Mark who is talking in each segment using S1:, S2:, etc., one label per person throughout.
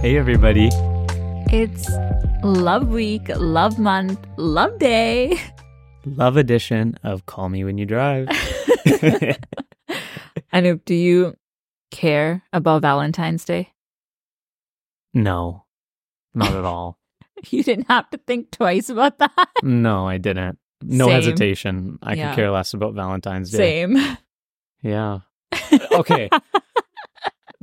S1: Hey, everybody.
S2: It's Love Week, Love Month, Love Day.
S1: Love edition of Call Me When You Drive.
S2: Anoop, do you care about Valentine's Day?
S1: no, not at all.
S2: You didn't have to think twice about that.
S1: No, I didn't. No
S2: Same.
S1: hesitation. I
S2: Yeah.
S1: could care less about Valentine's Day.
S2: Same.
S1: Yeah. Okay.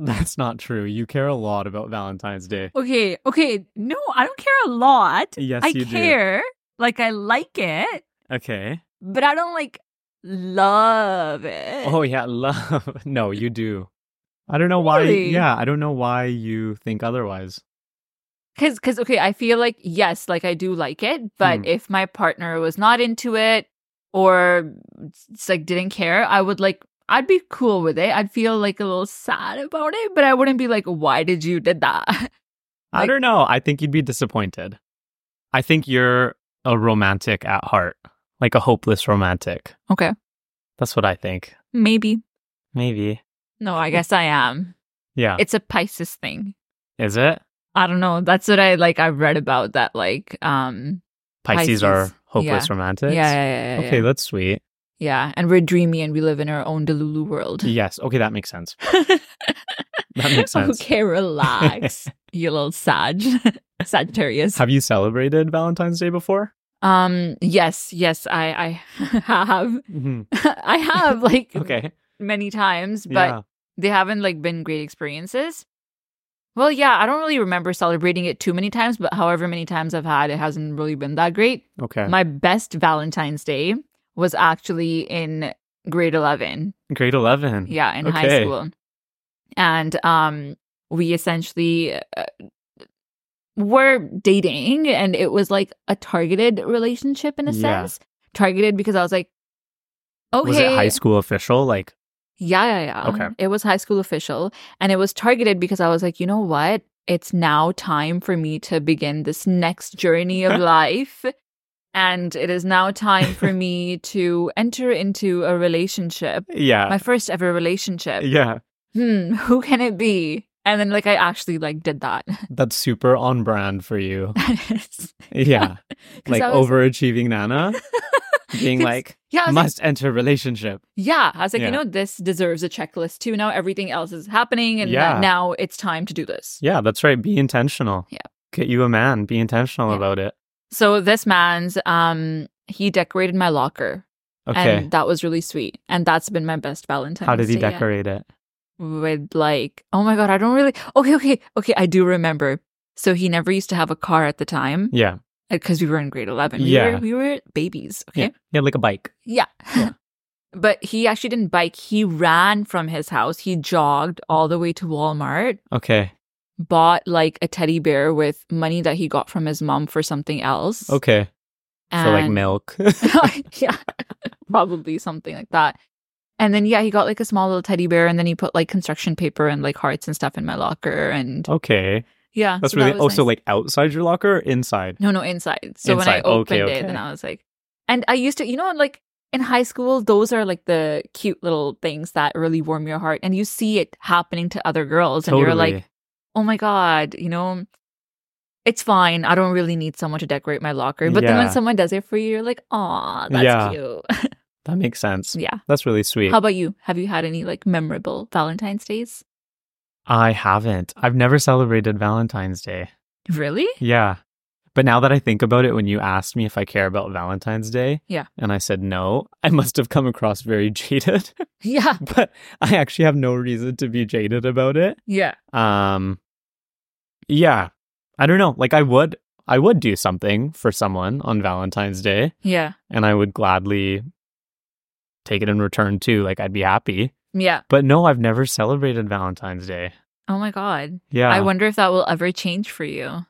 S1: That's not true. You care a lot about Valentine's Day.
S2: Okay, okay. No, I don't care a lot.
S1: Yes,
S2: I
S1: you
S2: care. Like I like it,
S1: do. Okay.
S2: but I don't like love it.
S1: Oh, yeah. Love. No, you do. I don't know why.
S2: Really?
S1: Yeah. I don't know why you think otherwise.
S2: Cause, cause, okay, I feel like yes, like I do like it, but
S1: Hmm.
S2: if my partner was not into it or it's like didn't care, I would like I'd be cool with it. I'd feel like a little sad about it, but I wouldn't be like, why did you did that?
S1: I
S2: Like-
S1: don't know. I think you'd be disappointed. I think you're a romantic at heart, like a hopeless romantic.
S2: Okay,
S1: That's what I think.
S2: maybe.
S1: Maybe.
S2: No, I guess I am.
S1: Yeah.
S2: It's a Pisces thing.
S1: Is it?
S2: I don't know. That's what I like. I read about that. Like, um,
S1: Pisces,
S2: Pisces.
S1: are hopeless romantics.
S2: yeah, yeah, yeah, yeah,
S1: Okay,
S2: yeah.
S1: that's sweet.
S2: yeah. And we're dreamy, and we live in our own Delulu world.
S1: Yes. Okay, that makes sense. That makes sense.
S2: Okay, relax, you little Sag, Sagittarius.
S1: Have you celebrated Valentine's Day before?
S2: Um, yes, yes, I, I have,
S1: Mm-hmm.
S2: I have like
S1: Okay.
S2: many times, but
S1: yeah.
S2: they haven't like been great experiences. Well, yeah, I don't really remember celebrating it too many times, but however many times I've had, it hasn't really been that great.
S1: Okay.
S2: My best Valentine's Day was actually in grade 11.
S1: Grade 11.
S2: Yeah, in
S1: Okay.
S2: high school. And um we essentially uh, were dating and it was like a targeted relationship in a
S1: Yeah.
S2: sense. Targeted because I was like okay.
S1: Was it high school official? Like,
S2: Yeah, yeah, yeah.
S1: Okay.
S2: It was high school official and it was targeted because I was like, you know what? It's now time for me to begin this next journey of life. And it is now time for me to enter into a relationship,
S1: yeah.
S2: my first ever relationship.
S1: yeah.
S2: Hmm, who can it be? And then like I actually like did that.
S1: That's super on brand for you.
S2: Because
S1: Yeah. like
S2: I was-
S1: overachieving Nana, being
S2: 'Cause-
S1: like,
S2: yeah, I was like,
S1: must enter relationship.
S2: yeah. I was like,
S1: Yeah.
S2: you know, this deserves a checklist too. Now everything else is happening, and
S1: Yeah.
S2: that now it's time to do this.
S1: Yeah, that's right. Be intentional.
S2: Yeah.
S1: Get you a man. Be intentional
S2: Yeah.
S1: about it.
S2: So this man's um he decorated my locker.
S1: Okay.
S2: And that was really sweet. And that's been my best Valentine's
S1: How did he
S2: Day yet.
S1: decorate it?
S2: With like, oh my god, I don't really okay, okay, okay, I do remember. So he never used to have a car at the time
S1: Yeah.
S2: because we were in grade eleven. We
S1: Yeah.
S2: were we were babies. Okay.
S1: Yeah. Yeah, like a bike.
S2: Yeah.
S1: Yeah.
S2: but he actually didn't bike. He ran from his house. He jogged all the way to Walmart,
S1: Okay.
S2: bought like a teddy bear with money that he got from his mom for something else.
S1: Okay. For Oh, like
S2: And-
S1: milk.
S2: yeah. Probably something like that. And then yeah, he got like a small little teddy bear and then he put like construction paper and like hearts and stuff in my locker and
S1: okay.
S2: yeah.
S1: That's
S2: so that
S1: really oh,
S2: was
S1: also
S2: nice.
S1: like outside your locker or inside?
S2: No, no, inside. So
S1: Inside.
S2: when I
S1: Okay,
S2: opened it,
S1: okay.
S2: then I was like, and I used to, you know, like in high school, those are like the cute little things that really warm your heart, and you see it happening to other girls, and you're like, oh my god, you know, it's fine. I don't really need someone to decorate my locker. But then
S1: Yeah.
S2: when someone does it for you, you're like, aw, that's
S1: Yeah.
S2: cute.
S1: that makes sense.
S2: yeah.
S1: That's really sweet.
S2: How about you? Have you had any like memorable Valentine's days?
S1: I haven't. I've never celebrated Valentine's Day.
S2: Really?
S1: Yeah. But now that I think about it, when you asked me if I care about Valentine's Day,
S2: Yeah.
S1: and I said no, I must have come across very jaded.
S2: Yeah.
S1: but I actually have no reason to be jaded about it.
S2: Yeah.
S1: um yeah i don't know like i would i would do something for someone on valentine's day
S2: Yeah.
S1: and i would gladly take it in return too like i'd be happy
S2: Yeah.
S1: but no i've never celebrated valentine's day
S2: Oh my god.
S1: yeah
S2: I wonder if that will ever change for you.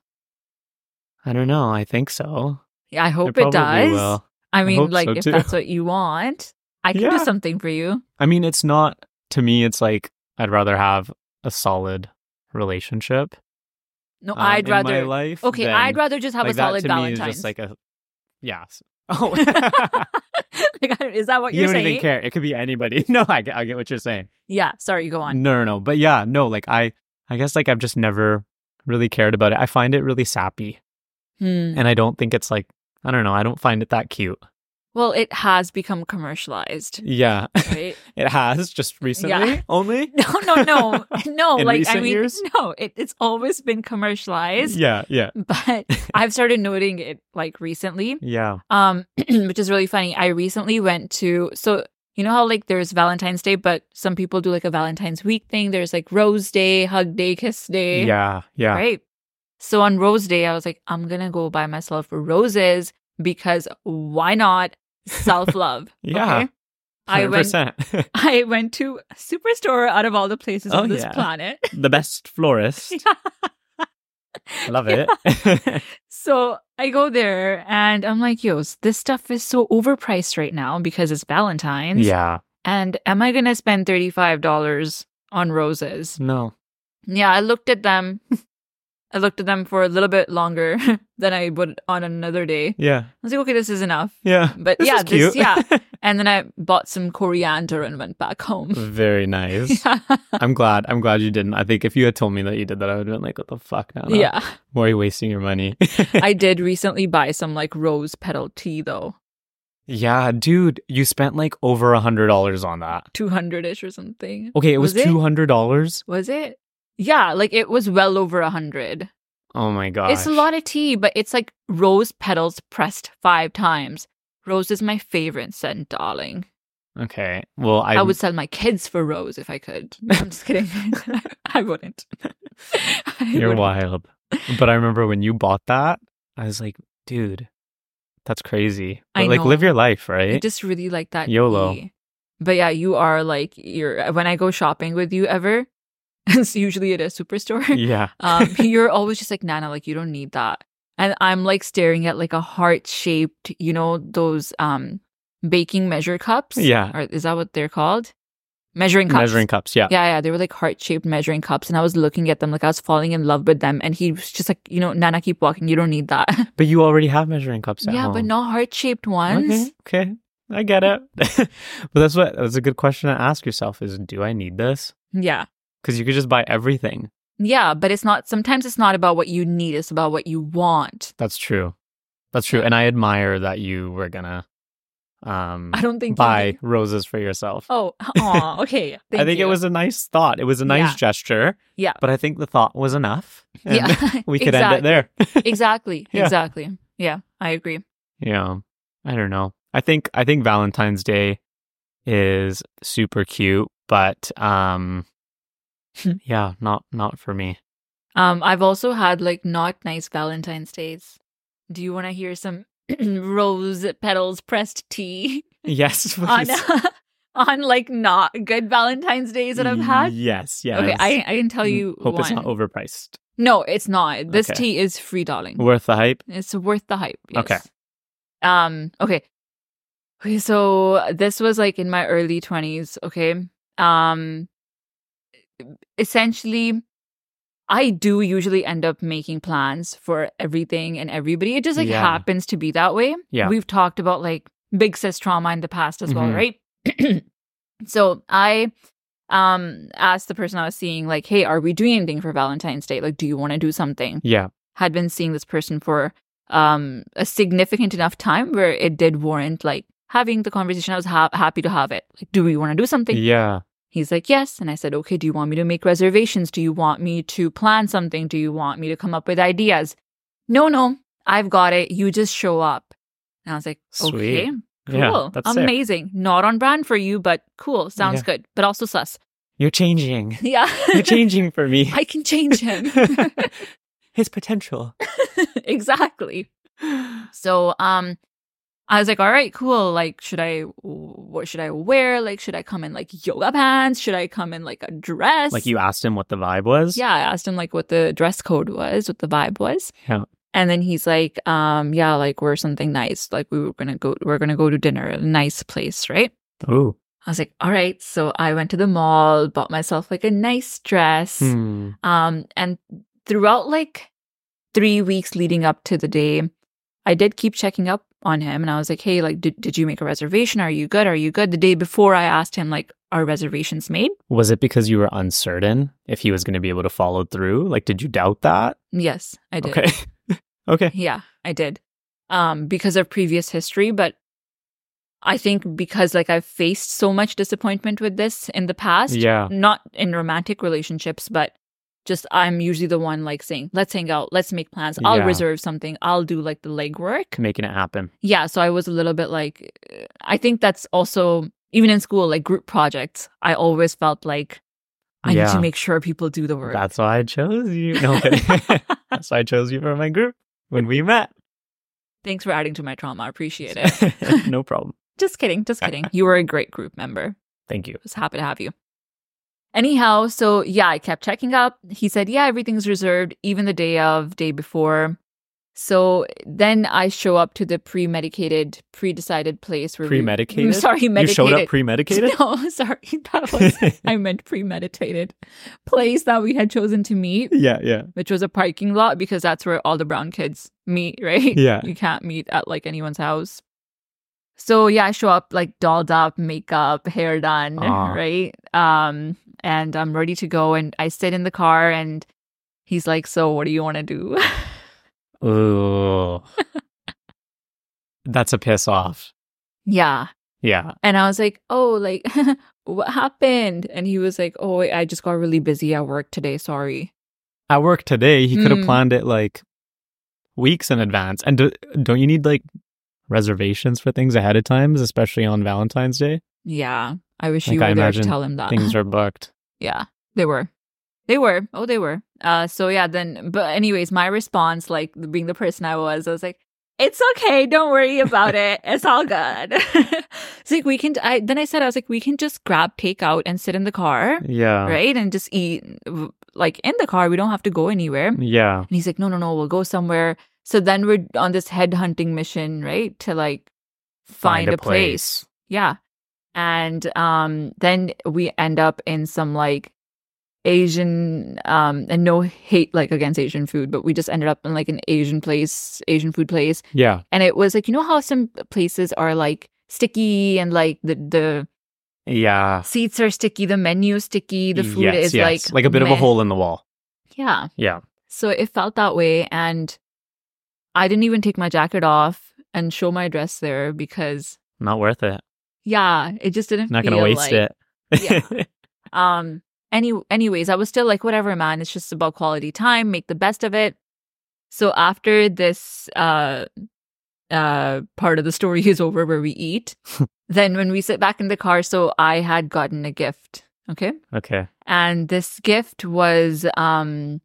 S1: I don't know i think so
S2: Yeah, I hope
S1: I
S2: it,
S1: probably
S2: does.
S1: will.
S2: I mean,
S1: hope
S2: like
S1: so,
S2: if
S1: too.
S2: that's what you want, I can
S1: Yeah.
S2: do something for you.
S1: i mean it's not to me it's like i'd rather have a solid relationship
S2: No,
S1: um,
S2: I'd
S1: in my
S2: rather.
S1: life
S2: okay,
S1: than-
S2: I'd rather just have
S1: like
S2: a
S1: that
S2: solid
S1: to me is
S2: Valentine's.
S1: just like a yeah oh
S2: Like, I don't- is that what
S1: you
S2: are
S1: don't
S2: saying?
S1: even care. It could be anybody. No, I get, I get what you're saying.
S2: Yeah. Sorry, go
S1: No,
S2: on.
S1: no, no. But yeah, no. Like I, I guess like I've just never really cared about it. I find it really sappy.
S2: Hmm.
S1: And I don't think it's like, I don't know, I don't find it that cute.
S2: Well, it has become commercialized,
S1: Yeah.
S2: right?
S1: It has just recently only.
S2: no, no, no, no.
S1: In
S2: like I
S1: recent
S2: mean,
S1: years?
S2: no. It, it's always been commercialized,
S1: Yeah, yeah.
S2: but I've started noting it like recently.
S1: Yeah.
S2: um which is really funny i recently went to so you know how like there's valentine's day but some people do like a valentine's week thing there's like rose day hug day kiss day
S1: Yeah. Yeah.
S2: right so on rose day i was like i'm gonna go buy myself roses because why not self-love
S1: Yeah.
S2: okay? i went
S1: 100%.
S2: i went to a superstore out of all the places
S1: Oh,
S2: on this
S1: yeah.
S2: planet
S1: the best florist. Love it.
S2: So I go there and I'm like, yo, this stuff is so overpriced right now because it's Valentine's.
S1: yeah.
S2: And am I going to spend $35 on roses?
S1: No.
S2: Yeah, I looked at them. I looked at them for a little bit longer than I would on another day. I
S1: Yeah.
S2: was like, okay, this is enough.
S1: Yeah.
S2: But
S1: This
S2: yeah,
S1: is cute.
S2: this, yeah. And then I bought some coriander and went back home.
S1: Very nice.
S2: yeah.
S1: I'm glad. I'm glad you didn't. I think if you had told me that you did that, I would have been like, what the fuck? No, no.
S2: yeah.
S1: Why are you wasting your money?
S2: I did recently buy some like rose petal tea though,
S1: yeah, dude, you spent like over a hundred dollars on that.
S2: 200 ish or something.
S1: Okay, it was,
S2: Was it?
S1: two hundred dollars.
S2: Was it? Yeah, like it was well over a hundred.
S1: Oh my god.
S2: It's a lot of tea, but it's like rose petals pressed five times. Rose is my favorite scent, darling.
S1: Okay. Well, I,
S2: i would sell my kids for rose if I could. I'm just kidding. I wouldn't. I
S1: You're
S2: wouldn't.
S1: wild. But I remember when you bought that, I was like, dude, that's crazy. But
S2: I
S1: like,
S2: know.
S1: live your life,
S2: I
S1: right?
S2: just really like that.
S1: YOLO.
S2: tea. But yeah, you are like you're when I go shopping with you ever, it's usually at a superstore.
S1: yeah.
S2: um, you're always just like nana like you don't need that and i'm like staring at like a heart shaped you know those um baking measure cups
S1: Yeah.
S2: or is that what they're called measuring cups
S1: Measuring cups. Yeah.
S2: yeah yeah they were like heart shaped measuring cups and i was looking at them like i was falling in love with them and he was just like you know nana keep walking you don't need that
S1: But you already have measuring cups at
S2: yeah
S1: home.
S2: but not heart shaped ones
S1: Okay, okay. I get it. but that's what that's a good question to ask yourself is do I need this?
S2: yeah
S1: Because you could just buy everything.
S2: yeah but it's not sometimes it's not about what you need it's about what you want
S1: That's true. That's true. And I admire that you were gonna um
S2: i don't think you
S1: buy
S2: need-
S1: roses for yourself.
S2: oh aw, okay
S1: I
S2: Thank
S1: think
S2: you.
S1: it was a nice thought. It was a nice
S2: Yeah.
S1: gesture.
S2: Yeah.
S1: But I think the thought was enough. and
S2: yeah
S1: We could end it there.
S2: exactly
S1: Yeah.
S2: exactly yeah i agree
S1: Yeah. I don't know. I think I think Valentine's Day is super cute, but um yeah, not not for me.
S2: um i've also had like not nice valentine's days do you want to hear some rose petals pressed tea
S1: Yes,
S2: on
S1: please.
S2: on like not good valentine's days that i've had
S1: Yes, yes.
S2: okay i i can tell
S1: Mm,
S2: you
S1: hope it's
S2: one.
S1: not overpriced.
S2: no it's not this
S1: Okay.
S2: tea is free darling
S1: Worth the hype.
S2: It's worth the hype. Yes.
S1: Okay.
S2: Um. Okay. Okay. So this was like in my early twenties. Okay. Um. Essentially, I do usually end up making plans for everything and everybody. It just like
S1: Yeah.
S2: happens to be that way.
S1: Yeah.
S2: We've talked about like big sis trauma in the past as well,
S1: Mhm.
S2: right? so I um asked the person I was seeing like, "Hey, are we doing anything for Valentine's Day? Like, do you want to do something?"
S1: Yeah.
S2: had been seeing this person for um a significant enough time where it did warrant like having the conversation i was ha- happy to have it like do we want to do something
S1: yeah.
S2: he's like yes and i said okay do you want me to make reservations do you want me to plan something do you want me to come up with ideas no no i've got it you just show up and i was like
S1: Sweet.
S2: okay cool
S1: Yeah. That's it.
S2: amazing not on brand for you but cool sounds
S1: Yeah.
S2: good but also sus
S1: You're changing.
S2: yeah
S1: You're changing for me.
S2: i can change him
S1: His potential.
S2: exactly So um I was like, all right, cool. Like, should I, what should I wear? Like, should I come in like yoga pants? Should I come in like a dress?
S1: Like you asked him what the vibe was.
S2: Yeah, I asked him like what the dress code was, what the vibe was.
S1: Yeah.
S2: And then he's like, um, yeah, like wear something nice. Like we were gonna go, we're gonna go to dinner, a nice place, right?
S1: Ooh.
S2: I was like, all right. So I went to the mall, bought myself like a nice dress.
S1: Hmm.
S2: Um, and throughout like three weeks leading up to the day, I did keep checking up on him and I was like, hey, like, did, did you make a reservation? Are you good? Are you good? The day before, I asked him, like, our reservations made.
S1: Was it because you were uncertain if he was going to be able to follow through? Like, did you doubt that?
S2: Yes, I did.
S1: Okay. okay.
S2: Yeah, I did. Um, because of previous history, but I think because like I've faced so much disappointment with this in the past.
S1: Yeah.
S2: Not in romantic relationships, but just I'm usually the one like saying, let's hang out, let's make plans, I'll
S1: Yeah. Hmm.
S2: reserve something, I'll do like the legwork.
S1: Making it happen.
S2: Yeah. So I was a little bit like, uh, I think that's also, even in school, like group projects, I always felt like I need
S1: Yeah.
S2: to make sure people do the work.
S1: That's why I chose you. No, kidding. that's why I chose you for my group when we met.
S2: Thanks for adding to my trauma. I appreciate it.
S1: no problem.
S2: just kidding. Just kidding. You were a great group member.
S1: Thank you.
S2: was happy to have you. Anyhow, so yeah, I kept checking up. He said, yeah, everything's reserved, even the day of, day before. So then I show up to the pre medicated, pre decided place where we-
S1: Premedicated?
S2: Sorry,
S1: You
S2: medicated.
S1: showed up premedicated?
S2: No, sorry, that was I meant premeditated place that we had chosen to meet,
S1: yeah, yeah.
S2: which was a parking lot because that's where all the brown kids meet, right?
S1: Yeah.
S2: you can't meet at like anyone's house. So yeah, I show up like dolled up, makeup, hair done,
S1: Ah.
S2: right? Um, and I'm ready to go. And I sit in the car, and he's like, "So what do you want to do?"
S1: Ooh. That's a piss off.
S2: yeah,
S1: Yeah.
S2: and I was like, "Oh, like what happened?" And he was like, "Oh, I just got really busy at work today. Sorry."
S1: At work today, he could have
S2: Mm.
S1: planned it like weeks in advance. And do, don't you need like reservations for things ahead of time, especially on Valentine's Day?
S2: Yeah, I wish
S1: Like,
S2: you were
S1: I
S2: there to
S1: imagine
S2: tell him that.
S1: Things are booked.
S2: Yeah, they were. They were. Oh, they were. Uh, so yeah, then, but anyways, my response, like being the person I was, I was like, it's okay. Don't worry about it. It's all good. it's like, we can, I, then I said, I was like, we can just grab takeout and sit in the car,
S1: Yeah.
S2: right? And just eat like in the car. We don't have to go anywhere.
S1: Yeah.
S2: And he's like, no, no, no, we'll go somewhere. So then we're on this headhunting mission, right? To like find, a, place. Yeah. And um then we end up in some like Asian um and no hate like against Asian food, but we just ended up in like an Asian place, Asian food place.
S1: Yeah.
S2: And it was like, you know how some places are like sticky and like the the
S1: Yeah.
S2: seats are sticky, the menu is sticky, the food
S1: Ah. Yes,
S2: is
S1: yes.
S2: like
S1: like a bit of
S2: meh.
S1: a hole in the wall.
S2: Yeah.
S1: Yeah.
S2: So it felt that way. And I didn't even take my jacket off and show my dress there because,
S1: Not worth it.
S2: yeah, it just didn't
S1: Not going to
S2: feel
S1: waste
S2: like-
S1: it.
S2: Yeah. Um. Any. Anyways, I was still like, whatever, man. It's just about quality time. Make the best of it. So after this uh, uh, part of the story is over, where we eat, then when we sit back in the car, so I had gotten a gift. Okay.
S1: okay.
S2: And this gift was um,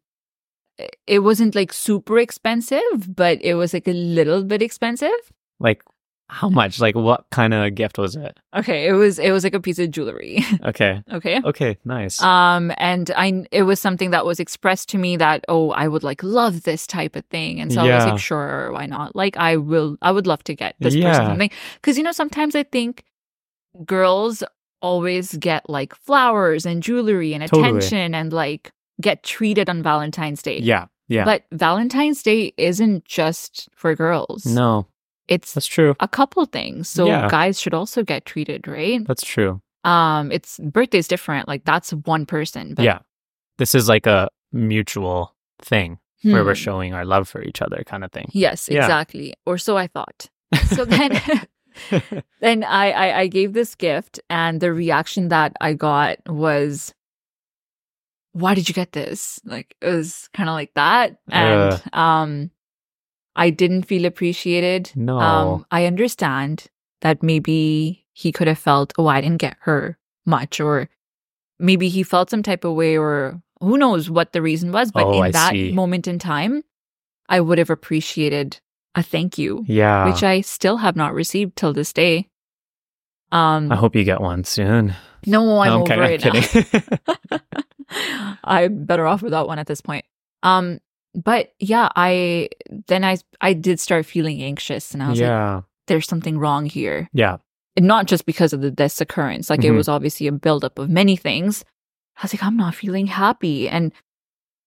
S2: it- it wasn't like super expensive, but it was like a little bit expensive.
S1: Like how much? Like what kind of gift was it?
S2: Okay. It was. It was like a piece of jewelry.
S1: Okay.
S2: okay.
S1: Okay. Nice.
S2: um and i it was something that was expressed to me that oh i would like love this type of thing and so i was
S1: Yeah.
S2: like sure why not like i will i would love to get this person
S1: Yeah.
S2: something because you know sometimes i think girls always get like flowers and jewelry and
S1: Totally.
S2: attention and like get treated on valentine's day
S1: yeah. Yeah.
S2: but valentine's day isn't just for girls
S1: no,
S2: it's
S1: that's true.
S2: a couple things so
S1: Yeah.
S2: guys should also get treated right
S1: That's true.
S2: um it's birthday's different like that's one person but
S1: yeah. This is like a mutual thing where
S2: hmm.
S1: we're showing our love for each other kind of thing.
S2: Yes,
S1: Yeah.
S2: exactly. Or so I thought. So then then I, I I gave this gift and the reaction that I got was why did you get this? Like it was kind of like that
S1: Uh.
S2: and um I didn't feel appreciated.
S1: no.
S2: Um I understand that maybe he could have felt oh I didn't get her much or maybe he felt some type of way or who knows what the reason was but
S1: Oh,
S2: in
S1: I
S2: that
S1: see.
S2: moment in time I would have appreciated a thank you
S1: yeah.
S2: which I still have not received till this day. Um,
S1: I hope you get one soon.
S2: no, I'm,
S1: No,
S2: over
S1: I'm
S2: it.
S1: kidding. I'm kidding.
S2: now. I'm better off without one at this point. Um, but yeah, I then I I did start feeling anxious, and I was like,
S1: yeah.
S2: "There's something wrong here."
S1: yeah.
S2: And not just because of the this occurrence. Like
S1: Mhm.
S2: it was obviously a buildup of many things. I was like, "I'm not feeling happy," and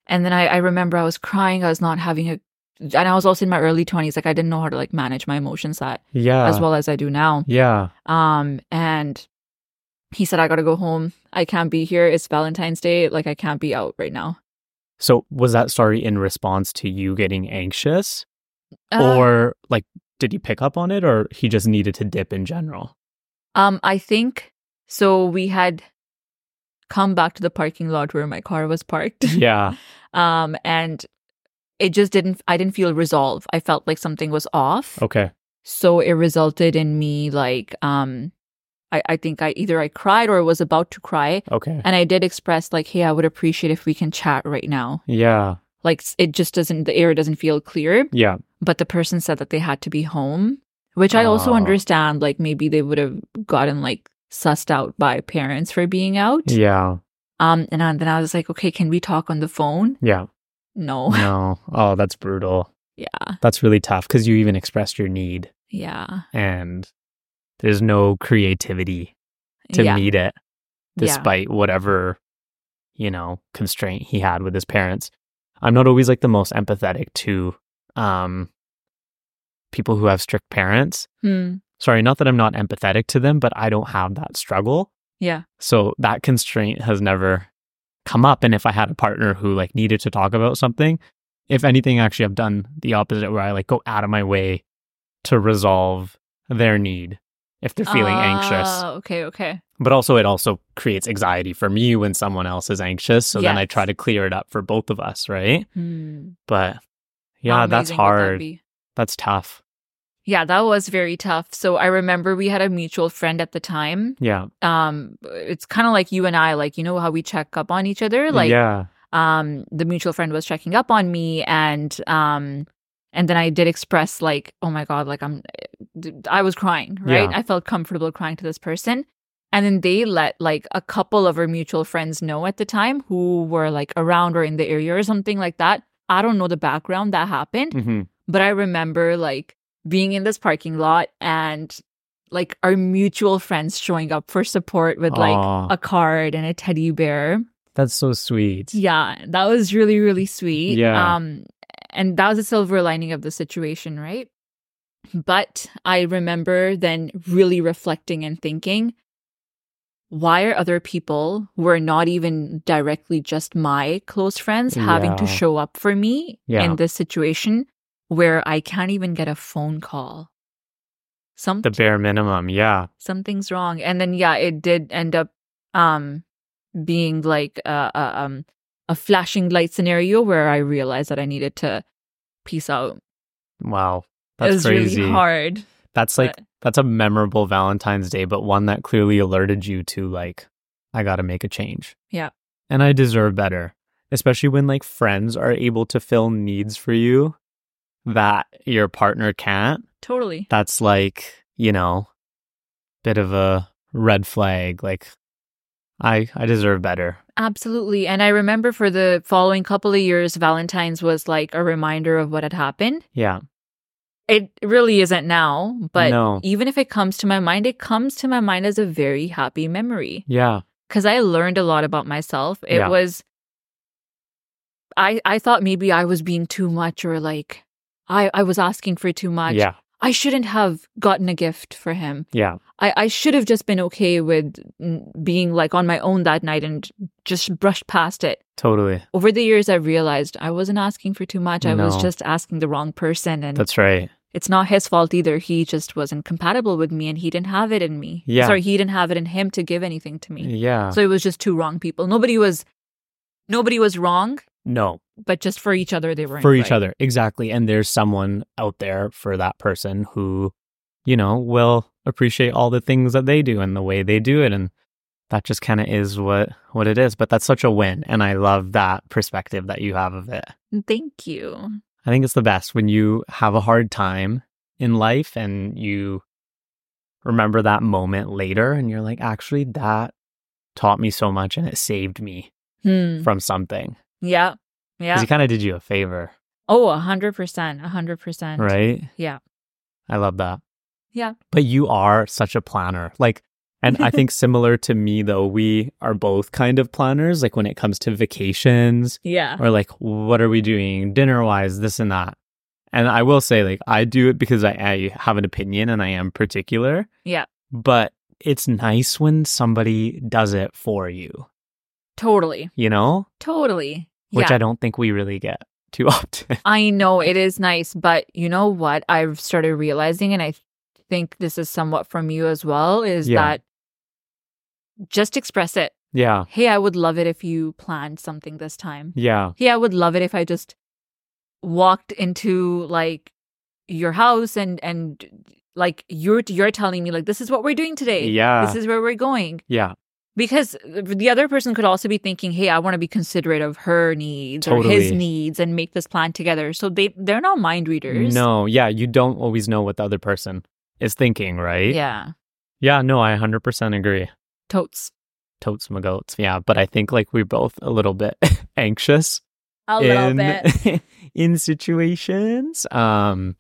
S2: and then I, I remember I was crying. I was not having a, and I was also in my early twenties. Like I didn't know how to like
S1: Ah.
S2: manage my emotions that
S1: Yeah.
S2: as well as I do now.
S1: Yeah.
S2: um and he said, I gotta go home. I can't be here. It's Valentine's Day. Like, I can't be out right now.
S1: So was that story in response to you getting anxious?
S2: Uh,
S1: or like did he pick up on it or he just needed to dip in general?
S2: Um, I think so. We had come back to the parking lot where my car was parked.
S1: Yeah.
S2: Um, and it just didn't. I didn't feel resolve. I felt like something was off.
S1: Okay.
S2: So it resulted in me like um, I I think I either I cried or was about to cry,
S1: Okay.
S2: and I did express like, hey, I would appreciate if we can chat right now.
S1: Yeah.
S2: Like s- it just doesn't. The air doesn't feel clear.
S1: Yeah.
S2: But the person said that they had to be home, which I also
S1: Oh.
S2: understand. Like maybe they would have gotten like sussed out by parents for being out.
S1: Yeah.
S2: Um, and I- then I was like, okay, can we talk on the phone?
S1: Yeah.
S2: No.
S1: No. Oh, that's brutal.
S2: Yeah.
S1: That's really tough because you even expressed your need
S2: Yeah.
S1: and there's no creativity to
S2: yeah.
S1: meet it
S2: yeah.
S1: despite whatever, you know, constraint he had with his parents. I'm not always like the most empathetic to um people who have strict parents.
S2: Hmm.
S1: Sorry, not that I'm not empathetic to them, but I don't have that struggle.
S2: Yeah.
S1: So that constraint has never come up. And if I had a partner who like needed to talk about something, if anything, actually, I've done the opposite where I like go out of my way to resolve their need if they're feeling anxious.
S2: Ah, Okay. Okay.
S1: But also, it also creates anxiety for me when someone else is anxious. So then I
S2: Yes.
S1: try to clear it up for both of us, right?
S2: Hmm.
S1: But
S2: How
S1: yeah, that's
S2: amazing would that
S1: hard.
S2: be?
S1: that's tough.
S2: yeah, that was very tough. So I remember we had a mutual friend at the time.
S1: Yeah.
S2: Um, it's kind of like you and I, like you know how we check up on each other. Like,
S1: yeah.
S2: um, the mutual friend was checking up on me, and um, and then I did express like, oh my god, like I'm, eh, I was crying, right?
S1: Yeah.
S2: I felt comfortable crying to this person, and then they let like a couple of our mutual friends know at the time who were like around or in the area or something like that. I don't know the background that happened,
S1: hmm
S2: but I remember like being in this parking lot and like our mutual friends showing up for support with like
S1: Aw.
S2: a card and a teddy bear.
S1: That's so sweet.
S2: Yeah, that was really really sweet.
S1: Yeah.
S2: Um and that was a silver lining of the situation, right? But I remember then really reflecting and thinking why are other people who are not even directly just my close friends having to
S1: Yeah.
S2: show up for me
S1: Yeah.
S2: in this situation where I can't even get a phone call? Some
S1: The bare minimum. Yeah.
S2: something's wrong and then yeah it did end up um being like a, a um a flashing light scenario where i realized that i needed to peace out
S1: Wow. That's
S2: it was
S1: crazy.
S2: really hard
S1: That's like
S2: but-
S1: that's a memorable Valentine's Day, but one that clearly alerted you to like, I gotta make a change.
S2: Yeah.
S1: And I deserve better. Especially when like friends are able to fill needs for you that your partner can't.
S2: totally
S1: That's like, you know, bit of a red flag. Like I I deserve better.
S2: absolutely and i remember for the following couple of years valentine's was like a reminder of what had happened
S1: Yeah.
S2: it really isn't now but
S1: No.
S2: even if it comes to my mind it comes to my mind as a very happy memory
S1: Yeah.
S2: because I learned a lot about myself. It
S1: Yeah.
S2: was I I thought maybe I was being too much or like I I was asking for too much.
S1: Yeah.
S2: I shouldn't have gotten a gift for him.
S1: Yeah.
S2: I I should have just been okay with mm, being like on my own that night and just brushed past it.
S1: Totally.
S2: Over the years I realized I wasn't asking for too much. I was
S1: No.
S2: just asking the wrong person and
S1: That's right.
S2: it's not his fault either. He just wasn't compatible with me and he didn't have it in me.
S1: Yeah.
S2: Sorry, he didn't have it in him to give anything to me.
S1: Yeah.
S2: So it was just two wrong people. Nobody was nobody was wrong,
S1: no.
S2: but just for each other they were
S1: for each other exactly and there's someone out there for that person who you know will appreciate all the things that they do and the way they do it and that just kind of is what what it is but that's such a win and i love that perspective that you have of it
S2: Thank you.
S1: i think it's the best when you have a hard time in life and you remember that moment later and you're like actually that taught me so much and it saved me
S2: Hmm.
S1: from something
S2: Yeah.
S1: because
S2: Yeah.
S1: it kind of did you a favor
S2: Oh, a hundred percent. A hundred percent.
S1: right
S2: Yeah.
S1: I love that.
S2: Yeah.
S1: But you are such a planner. Like, and I think similar to me, though, we are both kind of planners, like when it comes to vacations
S2: Yeah.
S1: or like, what are we doing dinner wise, this and that. And I will say, like, I do it because I, I have an opinion and I am particular.
S2: Yeah.
S1: But it's nice when somebody does it for you,
S2: Totally.
S1: you know,
S2: Totally.
S1: which
S2: yeah.
S1: I don't think we really get too often.
S2: I know it is nice, but you know what I've started realizing, and I think this is somewhat from you as well, is
S1: Yeah.
S2: that just express it.
S1: yeah.
S2: Hey, I would love it if you planned something this time.
S1: Yeah.
S2: Hey, I would love it if I just walked into like your house and and like you're you're telling me like this is what we're doing today.
S1: Yeah.
S2: This is where we're going.
S1: Yeah.
S2: Because the other person could also be thinking, "Hey, I want to be considerate of her needs or his
S1: Totally.
S2: needs and make this plan together." So they they're not mind readers.
S1: No. Yeah. You don't always know what the other person is thinking, right?
S2: Yeah.
S1: Yeah. No, I 100% agree.
S2: Totes.
S1: Totes my goats. Yeah. But I think like we're both a little bit anxious
S2: A
S1: in, in situations. Um,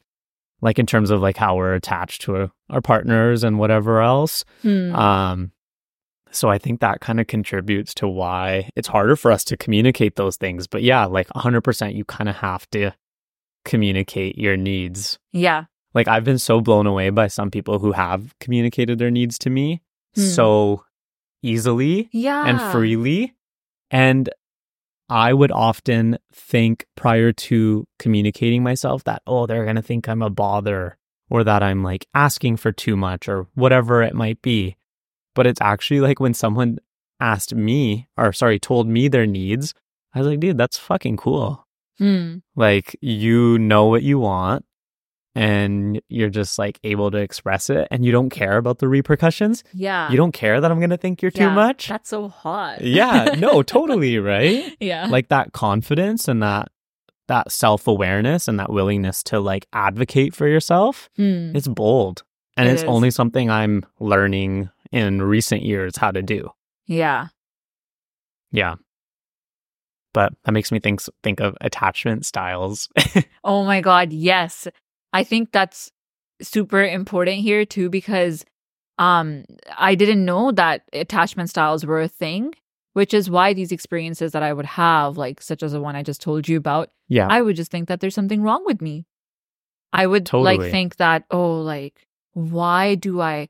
S1: like in terms of like how we're attached to our, our partners and whatever else.
S2: Hmm.
S1: Um, so I think that kind of contributes to why it's harder for us to communicate those things. But yeah, like 100%, you kind of have to communicate your needs.
S2: yeah.
S1: Like I've been so blown away by some people who have communicated their needs to me
S2: Hmm.
S1: so easily
S2: Yeah.
S1: and freely. And I would often think prior to communicating myself that, oh, they're going to think I'm a bother or that I'm like asking for too much or whatever it might be. But it's actually like when someone asked me or sorry, told me their needs, I was like, dude, that's fucking cool.
S2: Hmm.
S1: Like, you know what you want and you're just like able to express it and you don't care about the repercussions.
S2: Yeah.
S1: You don't care that I'm going to think you're
S2: Yeah.
S1: too much
S2: That's so hot.
S1: yeah no totally right
S2: yeah.
S1: like that confidence and that that self-awareness and that willingness to like advocate for yourself
S2: Hmm.
S1: it's bold and
S2: It
S1: it's
S2: is.
S1: only something i'm learning in recent years how to do
S2: Yeah.
S1: yeah but that makes me think think of attachment styles
S2: Oh my God. Yes. I think that's super important here too because um I didn't know that attachment styles were a thing, which is why these experiences that I would have, like such as the one I just told you about,
S1: yeah
S2: I would just think that there's something wrong with me. I would
S1: Totally.
S2: like think that, oh, like, why do I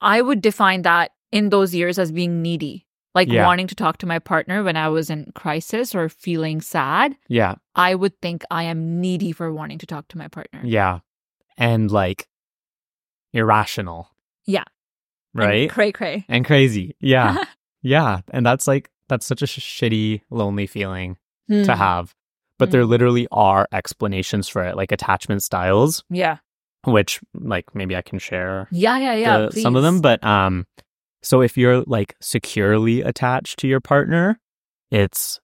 S2: I would define that in those years as being needy. Like
S1: Yeah.
S2: wanting to talk to my partner when I was in crisis or feeling sad.
S1: yeah
S2: I would think I am needy for wanting to talk to my partner.
S1: yeah and like irrational
S2: Yeah. And
S1: right
S2: cray cray.
S1: and crazy yeah yeah and that's like that's such a sh- shitty lonely feeling to
S2: Hmm.
S1: have. But
S2: Mm-hmm.
S1: there literally are explanations for it, like attachment styles,
S2: Yeah.
S1: which like maybe I can share
S2: Yeah, yeah, yeah.
S1: the- some of them.
S2: please.
S1: But um, so if you're like securely attached to your partner, it's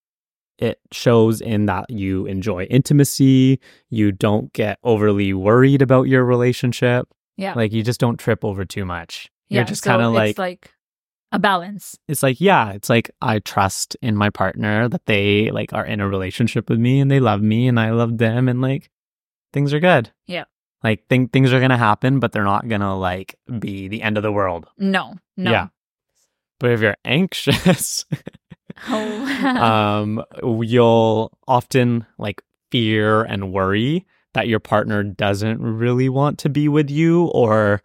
S1: it shows in that you enjoy intimacy, you don't get overly worried about your relationship,
S2: Yeah.
S1: like you just don't trip over too much.
S2: Yeah,
S1: you're just
S2: so
S1: kind of like
S2: it's like a balance.
S1: it's like yeah it's like i trust in my partner that they like are in a relationship with me and they love me and i love them and like things are good
S2: Yeah.
S1: like think things are gonna happen but they're not gonna like be the end of the world
S2: No, no.
S1: yeah but if you're anxious
S2: Oh.
S1: um you'll often like fear and worry that your partner doesn't really want to be with you or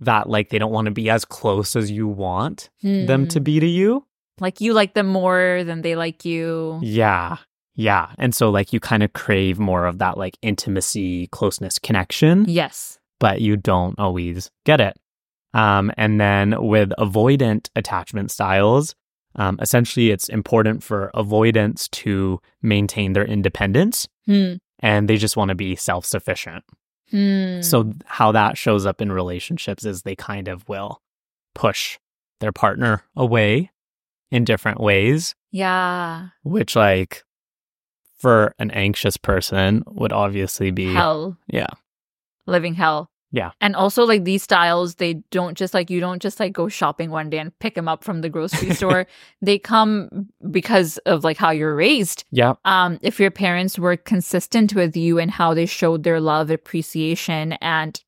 S1: that like they don't want to be as close as you want them
S2: Hmm.
S1: to be to you
S2: like you like them more than they like you.
S1: Yeah. Yeah. And so like you kind of crave more of that like intimacy, closeness, connection,
S2: Yes.
S1: but you don't always get it. Um, and then with avoidant attachment styles, um, essentially it's important for avoidance to maintain their independence
S2: Hmm.
S1: and they just want to be self sufficient.
S2: Hmm.
S1: So how that shows up in relationships is they kind of will push their partner away in different ways
S2: yeah,
S1: which like for an anxious person would obviously be
S2: hell,
S1: yeah
S2: living hell.
S1: Yeah.
S2: And also like these styles, they don't just like you don't just like go shopping one day and pick them up from the grocery store. They come because of like how you're raised.
S1: yeah
S2: Um if your parents were consistent with you and how they showed their love, appreciation and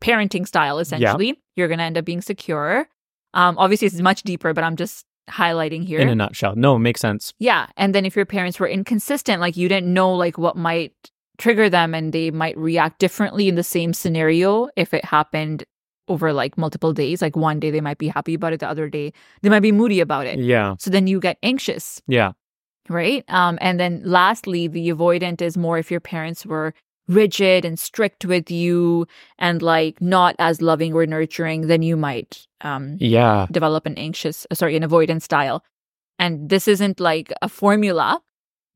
S2: parenting style essentially, you're going to end up being secure. Um obviously it's much deeper, but I'm just highlighting here.
S1: in a nutshell no it makes sense
S2: Yeah. And then if your parents were inconsistent, like you didn't know like what might trigger them and they might react differently in the same scenario if it happened over like multiple days. Like one day they might be happy about it, the other day they might be moody about it.
S1: Yeah.
S2: So then you get anxious,
S1: Yeah.
S2: right? Um, and then lastly, the avoidant is more if your parents were rigid and strict with you and like not as loving or nurturing, then you might um,
S1: Yeah.
S2: develop an anxious, uh, sorry, an avoidance style. And this isn't like a formula.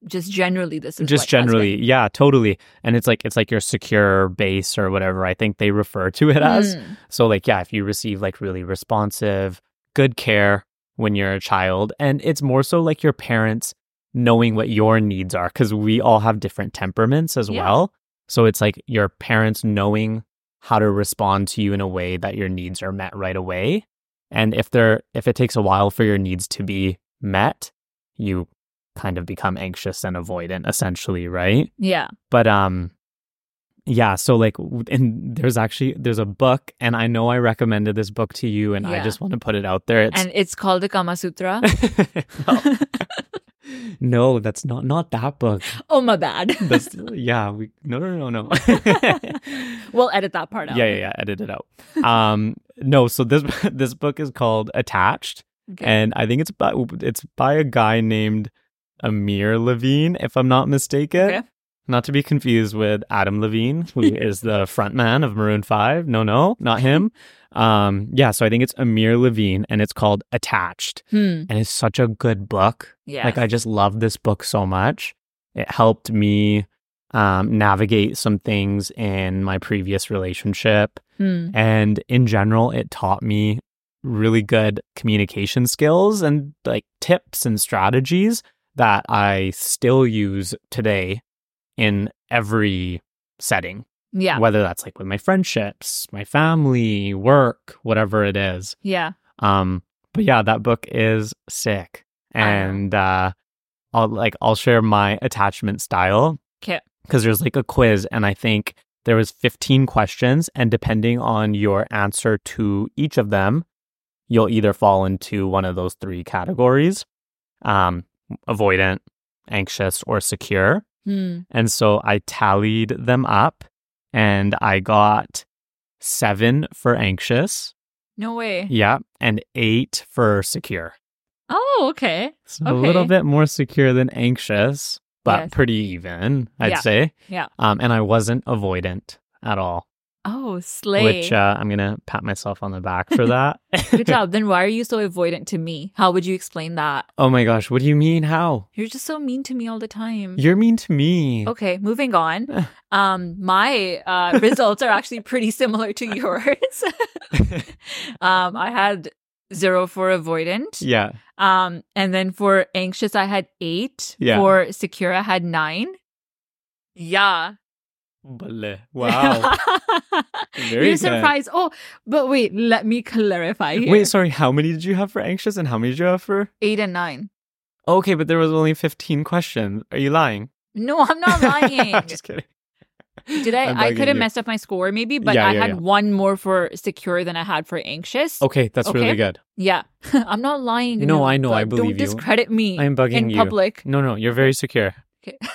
S2: Just generally, this is
S1: Just
S2: what has been-
S1: generally. Yeah, totally. And it's like it's like your secure base or whatever I think they refer to it as.
S2: Mm,
S1: So like yeah, if you receive like really responsive, good care when you're a child and it's more so like your parents knowing what your needs are cuz we all have different temperaments as
S2: Yeah.
S1: well. So it's like your parents knowing how to respond to you in a way that your needs are met right away. And if they're if it takes a while for your needs to be met, you kind of become anxious and avoidant essentially, right?
S2: yeah.
S1: but um yeah so like w- and there's actually there's a book and i know i recommended this book to you and i
S2: Yeah.
S1: just want to put it out there it's
S2: And it's called the Kama Sutra.
S1: No. no that's not not that book
S2: oh, my bad.
S1: that's yeah we no no no no yeah
S2: we'll edit that part out.
S1: yeah yeah edit it out um no so this this book is called attached
S2: Okay.
S1: and i think it's by it's by a guy named amir levine if i'm not mistaken
S2: Okay.
S1: Not to be confused with Adam Levine, who is the frontman of Maroon 5. No, no,
S2: Mm-hmm.
S1: not him. Um, yeah, so I think it's Amir Levine and it's called Attached.
S2: Hmm.
S1: And it's such a good book.
S2: Yeah.
S1: Like, I just love this book so much. It helped me um, navigate some things in my previous relationship.
S2: Hmm.
S1: And in general, it taught me really good communication skills and like tips and strategies that I still use today in every setting,
S2: Yeah.
S1: whether that's like with my friendships, my family, work, whatever it is.
S2: Yeah.
S1: Um, but yeah, that book is sick. And uh I'll like I'll share my attachment style.
S2: 'Kay.
S1: Cause there's like a quiz and I think there was 15 questions and depending on your answer to each of them, you'll either fall into one of those three categories. Um avoidant, anxious, or secure.
S2: Hmm.
S1: And so I tallied them up and I got 7 for anxious.
S2: No way.
S1: Yeah, and eight for secure.
S2: Oh, okay.
S1: So a little
S2: Okay.
S1: bit more secure than anxious, but
S2: Yes.
S1: pretty even, I'd
S2: Yeah,
S1: say.
S2: yeah.
S1: Um, and I wasn't avoidant at all,
S2: Oh, slay.
S1: which uh, I'm gonna pat myself on the back for that.
S2: Good job. Then why are you so avoidant to me? How would you explain that?
S1: oh my gosh, what do you mean? How?
S2: You're just so mean to me all the time.
S1: You're mean to me.
S2: Mm. Okay, moving on. Um, my uh, results are actually pretty similar to yours. um, I had zero for avoidant.
S1: Yeah.
S2: Um, and then for anxious, I had eight.
S1: Yeah.
S2: For secure, I had nine. Yeah.
S1: Bleh. Wow. Very
S2: You're
S1: good.
S2: surprised. Oh, but wait, let me clarify here.
S1: Wait, sorry. How many did you have for anxious, and how many did you have for?
S2: eight and nine.
S1: Okay, but there was only 15 questions. Are you lying?
S2: No, I'm not lying.
S1: Just kidding.
S2: Did I?
S1: I'm
S2: I
S1: bugging
S2: could have
S1: you.
S2: messed up my score maybe, but
S1: Yeah,
S2: I
S1: yeah,
S2: had
S1: yeah.
S2: one more for secure than I had for anxious.
S1: Okay, that's really
S2: Okay.
S1: good.
S2: Yeah, I'm not lying.
S1: No, I know, I
S2: but
S1: believe
S2: Don't
S1: you.
S2: discredit me
S1: I am bugging
S2: in
S1: you.
S2: public.
S1: No, no, you're very secure.
S2: Okay.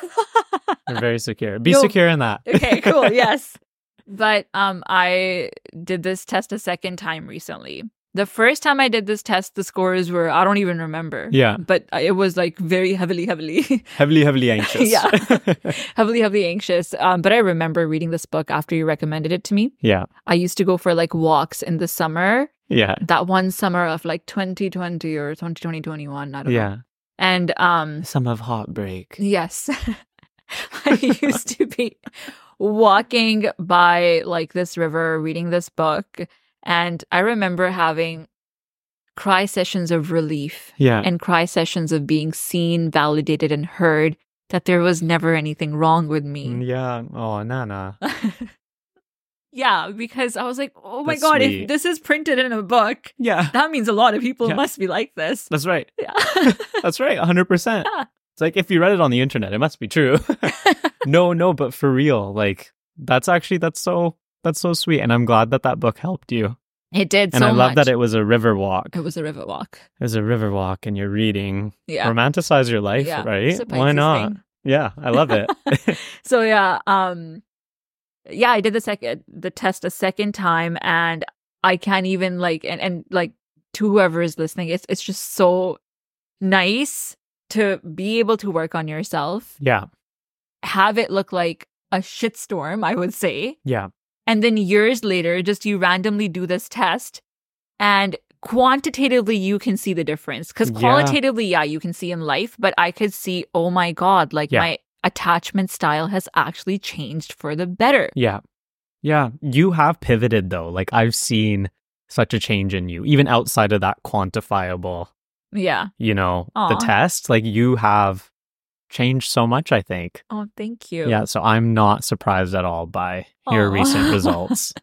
S1: You're very secure. Be
S2: No.
S1: secure in that.
S2: okay, cool. Yes. But um I did this test a second time recently. The first time I did this test, the scores were I don't even remember.
S1: Yeah.
S2: But uh, it was like very heavily, heavily,
S1: Heavily, heavily anxious.
S2: Yeah. heavily, heavily anxious. Um, but I remember reading this book after you recommended it to me.
S1: yeah.
S2: I used to go for like walks in the summer,
S1: Yeah.
S2: that one summer of like 2020 or 2020, 21, I don't know.
S1: Yeah.
S2: And um,
S1: Some of heartbreak.
S2: Yes. I used to be walking by like this river, reading this book, and I remember having cry sessions of relief
S1: Yeah.
S2: and cry sessions of being seen, validated, and heard that there was never anything wrong with me.
S1: yeah. Oh, Nana.
S2: yeah, because I was like, oh my
S1: That's
S2: God,
S1: sweet.
S2: if this is printed in a book,
S1: Yeah.
S2: that means a lot of people
S1: Yeah.
S2: must be like this.
S1: That's right.
S2: Yeah.
S1: That's right. 100%.
S2: Yeah.
S1: It's like if you read it on the internet, it must be true. no, no, but for real, like that's actually that's so that's so sweet and I'm glad that that book helped you.
S2: it did
S1: And
S2: so
S1: I love
S2: much.
S1: that it was a river walk.
S2: it was a river walk.
S1: It was a river walk and you're reading.
S2: Yeah.
S1: Romanticize your life,
S2: Yeah.
S1: right?
S2: It's a
S1: Why
S2: Pisces
S1: not?
S2: thing.
S1: Yeah, I love it.
S2: so uh, yeah, um yeah, I did the second the test a second time and I can't even like and, and like to whoever is listening, it's it's just so nice to be able to work on yourself,
S1: Yeah.
S2: have it look like a shitstorm, I would say.
S1: Yeah.
S2: And then years later, just you randomly do this test and quantitatively you can see the difference. Because
S1: Yeah.
S2: qualitatively, yeah. you can see in life, but I could see, oh my God, like
S1: Yeah.
S2: my attachment style has actually changed for the better.
S1: Yeah. Yeah. You have pivoted though. Like I've seen such a change in you, even outside of that quantifiable,
S2: Yeah.
S1: you know,
S2: Aw.
S1: the test. Like you have changed so much, I think.
S2: Oh, thank you.
S1: Yeah. So I'm not surprised at all by your
S2: Aw.
S1: recent results.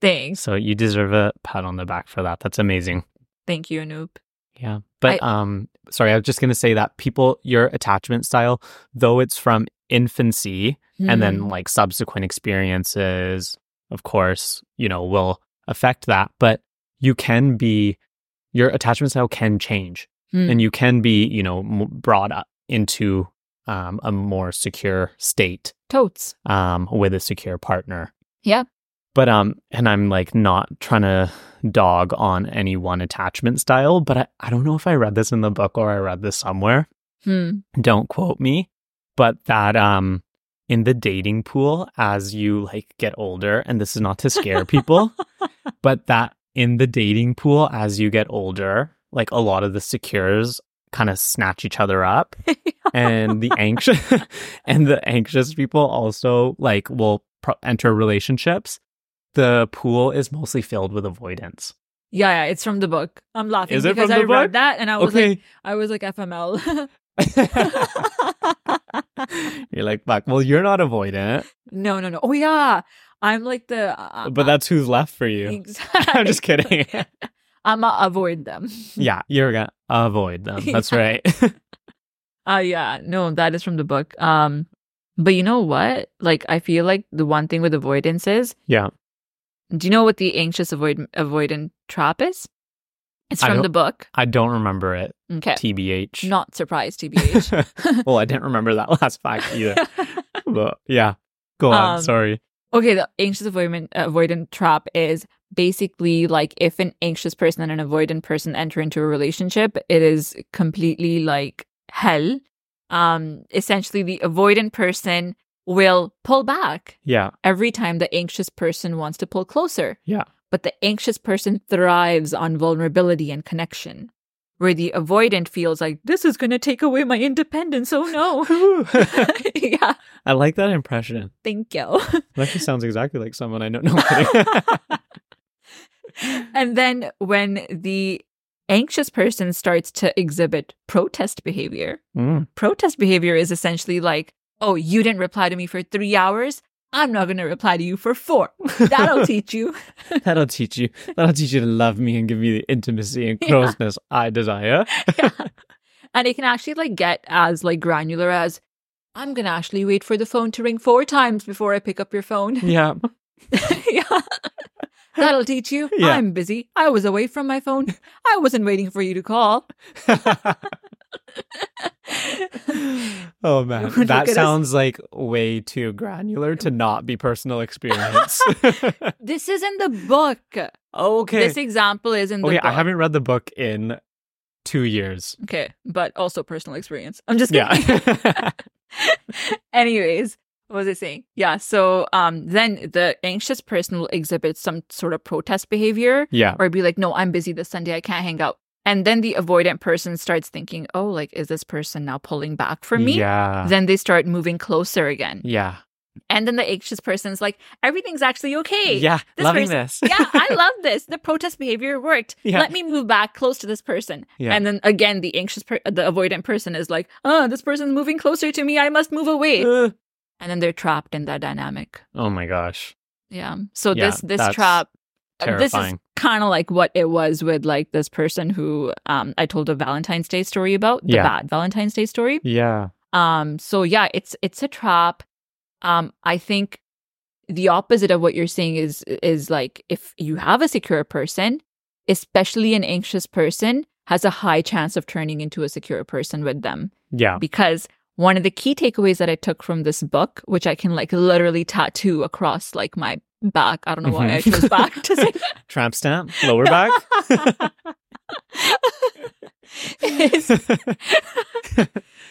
S2: Thanks.
S1: so you deserve a pat on the back for that. That's amazing.
S2: Thank you, Anoop.
S1: Yeah. But um sorry, I was just gonna say that people your attachment style, though it's from infancy,
S2: Mm-hmm.
S1: and
S2: Hmm.
S1: then like subsequent experiences of course you know will affect that but you can be your attachment style can change
S2: Hmm.
S1: and you can be you know m- brought up into um, a more secure state
S2: totes.
S1: um, with a secure partner
S2: Yeah.
S1: but um and i'm like not trying to dog on any one attachment style but I, I don't know if i read this in the book or i read this somewhere
S2: Hmm.
S1: don't quote me, but that um in the dating pool as you like get older and this is not to scare people, but that in the dating pool as you get older, like a lot of the secures kind of snatch each other up and the anxious and the anxious people also like will pro- enter relationships. The pool is mostly filled with avoidance.
S2: Yeah, yeah, it's from the book. I'm laughing
S1: Is it
S2: because
S1: from
S2: I
S1: the book?
S2: read that and I was like,
S1: Okay.
S2: I was like FML.
S1: you're like, fuck, well, you're not avoidant,
S2: no, no, no. Oh yeah, I'm like the. Uh,
S1: but that's who's left for you.
S2: Exactly.
S1: I'm just kidding.
S2: I'ma avoid them.
S1: yeah, you're gonna avoid them. That's
S2: Yeah.
S1: right.
S2: Uh yeah, no, that is from the book. Um, but you know what? Like, I feel like the one thing with avoidance is.
S1: Yeah.
S2: Do you know what the anxious avoid avoidant trap is? It's
S1: I
S2: from
S1: don't-
S2: the book.
S1: I don't remember it.
S2: Okay.
S1: TBH.
S2: Not surprised, TBH.
S1: well, I didn't remember that last fact either. but yeah, go on.
S2: Um,
S1: Sorry.
S2: Okay, the anxious avoidant avoidant trap is basically like if an anxious person and an avoidant person enter into a relationship, it is completely like hell. Um, essentially, the avoidant person will pull back
S1: Yeah,
S2: every time the anxious person wants to pull closer.
S1: Yeah.
S2: But the anxious person thrives on vulnerability and connection, where the avoidant feels like this is going to take away my independence. Oh no. yeah,
S1: I like that impression.
S2: thank you.
S1: It actually sounds exactly like someone I know. No, I'm kidding.
S2: and then when the anxious person starts to exhibit protest behavior,
S1: Mm,
S2: protest behavior is essentially like, oh, you didn't reply to me for three hours. I'm not going to reply to you for four. That'll teach you.
S1: That'll teach you. That'll teach you to love me and give me the intimacy and
S2: Yeah.
S1: closeness I desire.
S2: And it can actually like get as like granular as, I'm going to actually wait for the phone to ring four times before I pick up your phone.
S1: Yeah.
S2: yeah. That'll teach you.
S1: Yeah.
S2: I'm busy. I was away from my phone. I wasn't waiting for you to call.
S1: oh man,
S2: Look at
S1: that
S2: us.
S1: sounds like way too granular to not be personal experience.
S2: This is in the book.
S1: okay.
S2: This example is in the
S1: okay,
S2: book.
S1: Oh, I haven't read the book in two years.
S2: Okay, but also personal experience. I'm just kidding.
S1: Yeah.
S2: Anyways, what was I saying? Yeah, so um then the anxious person will exhibit some sort of protest behavior
S1: yeah.
S2: or be like, "No, I'm busy this Sunday. I can't hang out." And then the avoidant person starts thinking, "Oh, like is this person now pulling back from me?"
S1: Yeah.
S2: Then they start moving closer again.
S1: Yeah.
S2: And then the anxious person's like, "Everything's actually okay."
S1: yeah.
S2: this
S1: Loving
S2: person-
S1: this.
S2: yeah, I love this. The protest behavior worked.
S1: Yeah.
S2: Let me move back close to this person.
S1: Yeah.
S2: And then again, the anxious, per- the avoidant person is like, oh, this person's moving closer to me. I must move away.
S1: Uh,
S2: And then they're trapped in that dynamic.
S1: oh my gosh.
S2: Yeah. So
S1: Yeah,
S2: this this
S1: that's
S2: trap, uh, this is
S1: Terrifying.
S2: kind of like what it was with like this person who um I told a Valentine's Day story about the
S1: Yeah.
S2: bad Valentine's Day story.
S1: Yeah.
S2: Um, so yeah, it's it's a trap. Um, I think the opposite of what you're saying is is like if you have a secure person, especially an anxious person, has a high chance of turning into a secure person with them.
S1: Yeah.
S2: Because one of the key takeaways that I took from this book, which I can like literally tattoo across like my back. I don't know why I
S1: Mm-hmm.
S2: chose back to say
S1: Tramp stamp, lower back.
S2: is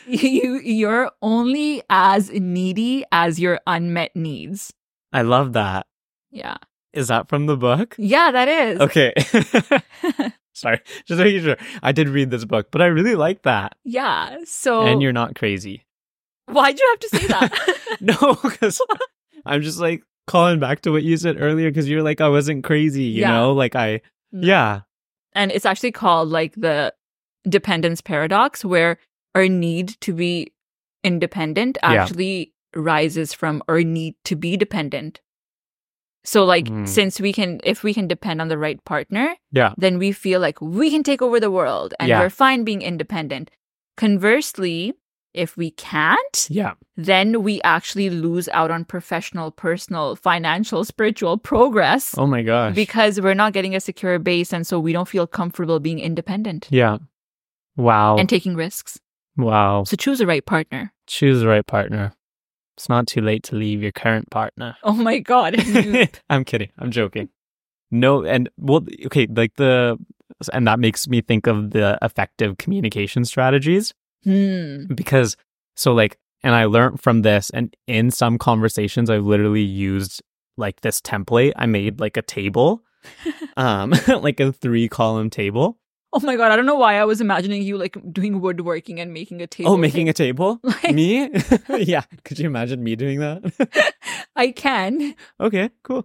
S2: you you're only as needy as your unmet needs.
S1: I love that.
S2: Yeah.
S1: Is that from the book?
S2: Yeah, that is.
S1: Okay. Sorry, just making sure. I did read this book, but I really like that.
S2: Yeah. So
S1: And you're not crazy.
S2: why'd you have to say that?
S1: No, because I'm just like calling back to what you said earlier because you're like, I wasn't crazy, you
S2: Yeah. Mm.
S1: know? Like, I, yeah,
S2: and it's actually called like the dependence paradox where our need to be independent
S1: Yeah.
S2: actually rises from our need to be dependent so like
S1: Mm.
S2: since we can if we can depend on the right partner
S1: Yeah.
S2: then we feel like we can take over the world and
S1: Yeah.
S2: we're fine being independent conversely if we can't
S1: yeah.
S2: then we actually lose out on professional personal financial spiritual progress
S1: Oh my gosh.
S2: because we're not getting a secure base and so we don't feel comfortable being independent
S1: yeah. Wow.
S2: and taking risks
S1: wow.
S2: so choose the right partner
S1: Choose the right partner. It's not too late to leave your current partner.
S2: oh my god you-
S1: I'm kidding. I'm joking. No, and well, okay, like the, and that makes me think of the effective communication strategies
S2: Hmm.
S1: because, so like, and I learned from this, and in some conversations, I've literally used like this template. I made like a table, um, like a three column table.
S2: oh my god i don't know why i was imagining you like doing woodworking and making a table
S1: Oh, making a table?
S2: like,
S1: me? yeah. Could you imagine me doing that?
S2: i can
S1: okay, cool.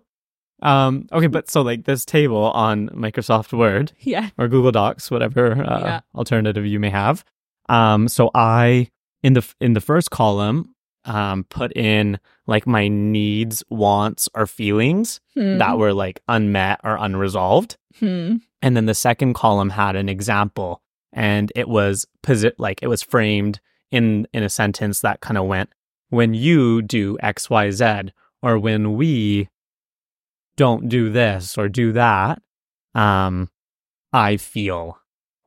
S1: Um, okay, but so like this table on Microsoft Word
S2: yeah
S1: or Google Docs, whatever uh,
S2: Yeah.
S1: alternative you may have. Um, so I in the in the first column um, put in like my needs, wants, or feelings
S2: Hmm.
S1: that were like unmet or unresolved,
S2: Hmm.
S1: and then the second column had an example, and it was posi- like it was framed in in a sentence that kind of went when you do X Y Z or when we don't do this or do that, um, I feel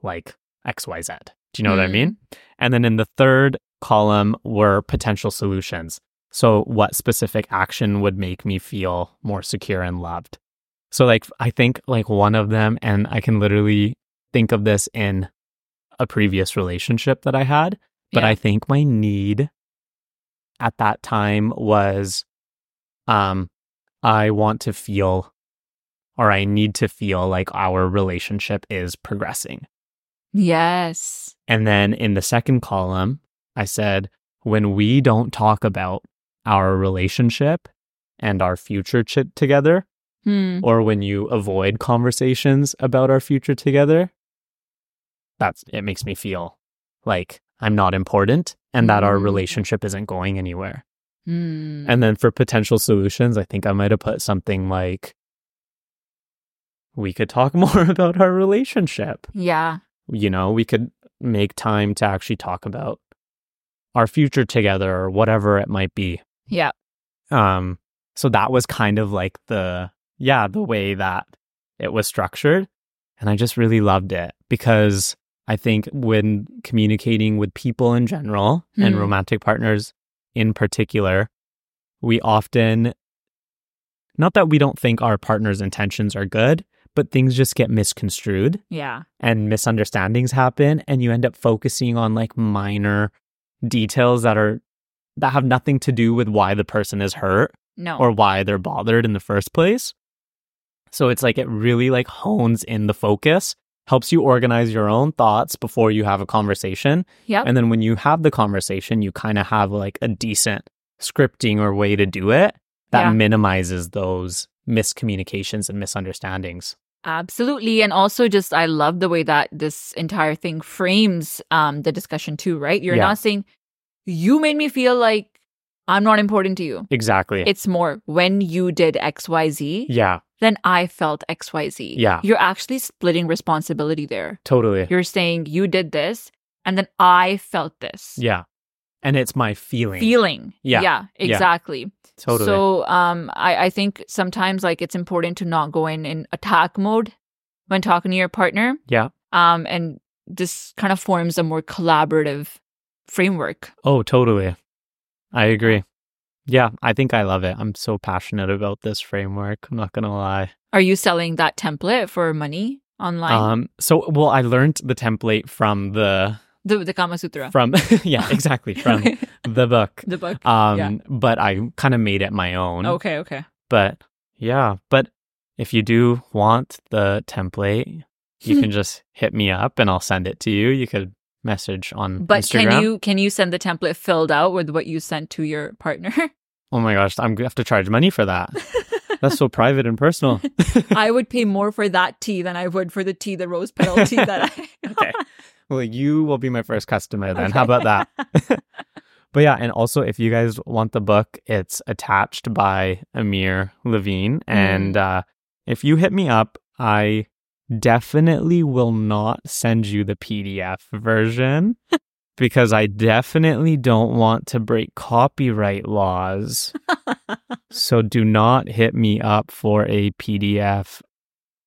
S1: like XYZ. Do you know what I
S2: Hmm.
S1: mean? And then in the third column were potential solutions. So, what specific action would make me feel more secure and loved? So, like, I think like one of them, and I can literally think of this in a previous relationship that I had, but
S2: Yeah.
S1: I think my need at that time was um, I want to feel or I need to feel like our relationship is progressing.
S2: yes
S1: And then in the second column, I said, when we don't talk about our relationship and our future ch- together,
S2: Hmm.
S1: or when you avoid conversations about our future together, that's it makes me feel like I'm not important and that our
S2: Mm.
S1: relationship isn't going anywhere.
S2: Hmm.
S1: And then for potential solutions, I think I might have put something like, we could talk more about our relationship.
S2: yeah
S1: You know, we could make time to actually talk about our future together or whatever it might be.
S2: yeah
S1: Um, so that was kind of like the, yeah, the way that it was structured. And I just really loved it because I think when communicating with people in general and
S2: Hmm.
S1: romantic partners in particular, we often, not that we don't think our partner's intentions are good, but things just get misconstrued
S2: yeah
S1: and misunderstandings happen and you end up focusing on like minor details that are that have nothing to do with why the person is hurt
S2: no
S1: or why they're bothered in the first place so it's like it really like hones in the focus helps you organize your own thoughts before you have a conversation
S2: yep
S1: and then when you have the conversation you kind of have like a decent scripting or way to do it that
S2: Yeah.
S1: minimizes those miscommunications and misunderstandings
S2: Absolutely. And also just I love the way that this entire thing frames um the discussion too, right? You're
S1: Yeah.
S2: not saying you made me feel like I'm not important to you.
S1: exactly
S2: It's more when you did XYZ,
S1: yeah
S2: then I felt XYZ.
S1: Yeah.
S2: You're actually splitting responsibility there.
S1: totally
S2: You're saying you did this and then I felt this.
S1: Yeah. And it's my feeling.
S2: Feeling.
S1: Yeah.
S2: Yeah,
S1: Yeah.
S2: exactly.
S1: Totally.
S2: So um, I, I think sometimes like it's important to not go in in attack mode when talking to your partner.
S1: Yeah.
S2: Um, and this kind of forms a more collaborative framework.
S1: oh, totally. I agree. Yeah, I think I love it. I'm so passionate about this framework. I'm not going to lie.
S2: Are you selling that template for money online?
S1: Um, so, well, I learned the template from the
S2: the, the Kama Sutra.
S1: from yeah, exactly from the book.
S2: the book.
S1: Um,
S2: yeah.
S1: but I kind of made it my own.
S2: Okay, okay.
S1: But yeah, but if you do want the template,
S2: Hmm.
S1: you can just hit me up and I'll send it to you. You could message on
S2: But
S1: Instagram.
S2: can you can you send the template filled out with what you sent to your partner?
S1: Oh my gosh, I'm gonna have to charge money for that. That's so private and personal.
S2: I would pay more for that tea than I would for the tea, the rose petal tea that I
S1: Okay. Well, you will be my first customer then. How
S2: Okay.
S1: about that? But yeah, and also if you guys want the book, it's attached by Amir Levine. And uh, if you hit me up, I definitely will not send you the PDF version because I definitely don't want to break copyright laws. so do not hit me up for a PDF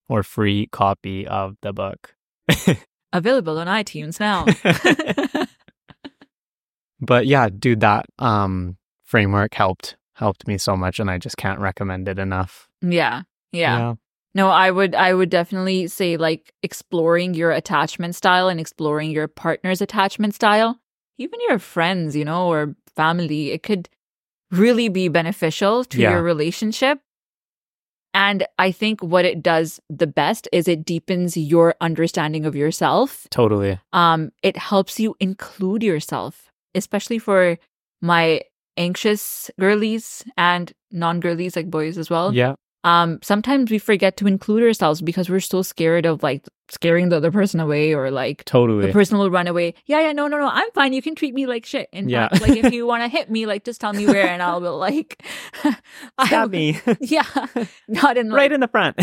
S1: or free copy of the book.
S2: Available on iTunes now.
S1: but yeah dude that um framework helped helped me so much and i just can't recommend it enough
S2: yeah. Yeah. No, I would I would definitely say like exploring your attachment style and exploring your partner's attachment style, even your friends, you know, or family, it could really be beneficial to
S1: Yeah.
S2: your relationship. And I think what it does the best is it deepens your understanding of yourself.
S1: totally
S2: Um it helps you include yourself, especially for my anxious girlies and non-girlies like boys as well
S1: yeah
S2: um sometimes we forget to include ourselves because we're so scared of like scaring the other person away or like the
S1: totally
S2: person will run away yeah yeah no no no i'm fine you can treat me like shit and
S1: Yeah.
S2: like if you want to hit me like just tell me where and i'll be like I
S1: stab
S2: will-
S1: me
S2: yeah not in
S1: right
S2: like,
S1: in the front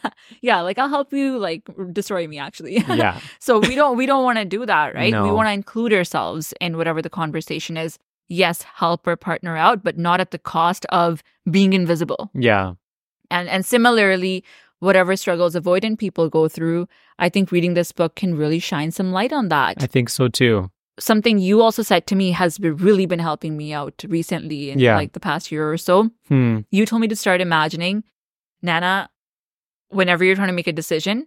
S2: yeah like i'll help you like destroy me actually
S1: yeah
S2: so we don't we don't want to do that, right? We
S1: No.
S2: want to include ourselves in whatever the conversation is. Yes, help our partner out, but not at the cost of being invisible.
S1: yeah
S2: And and similarly, whatever struggles avoidant people go through, I think reading this book can really shine some light on that.
S1: i think so too
S2: Something you also said to me has been, really been helping me out recently in
S1: Yeah.
S2: like the past year or so.
S1: hmm
S2: You told me to start imagining, Nana, whenever you're trying to make a decision,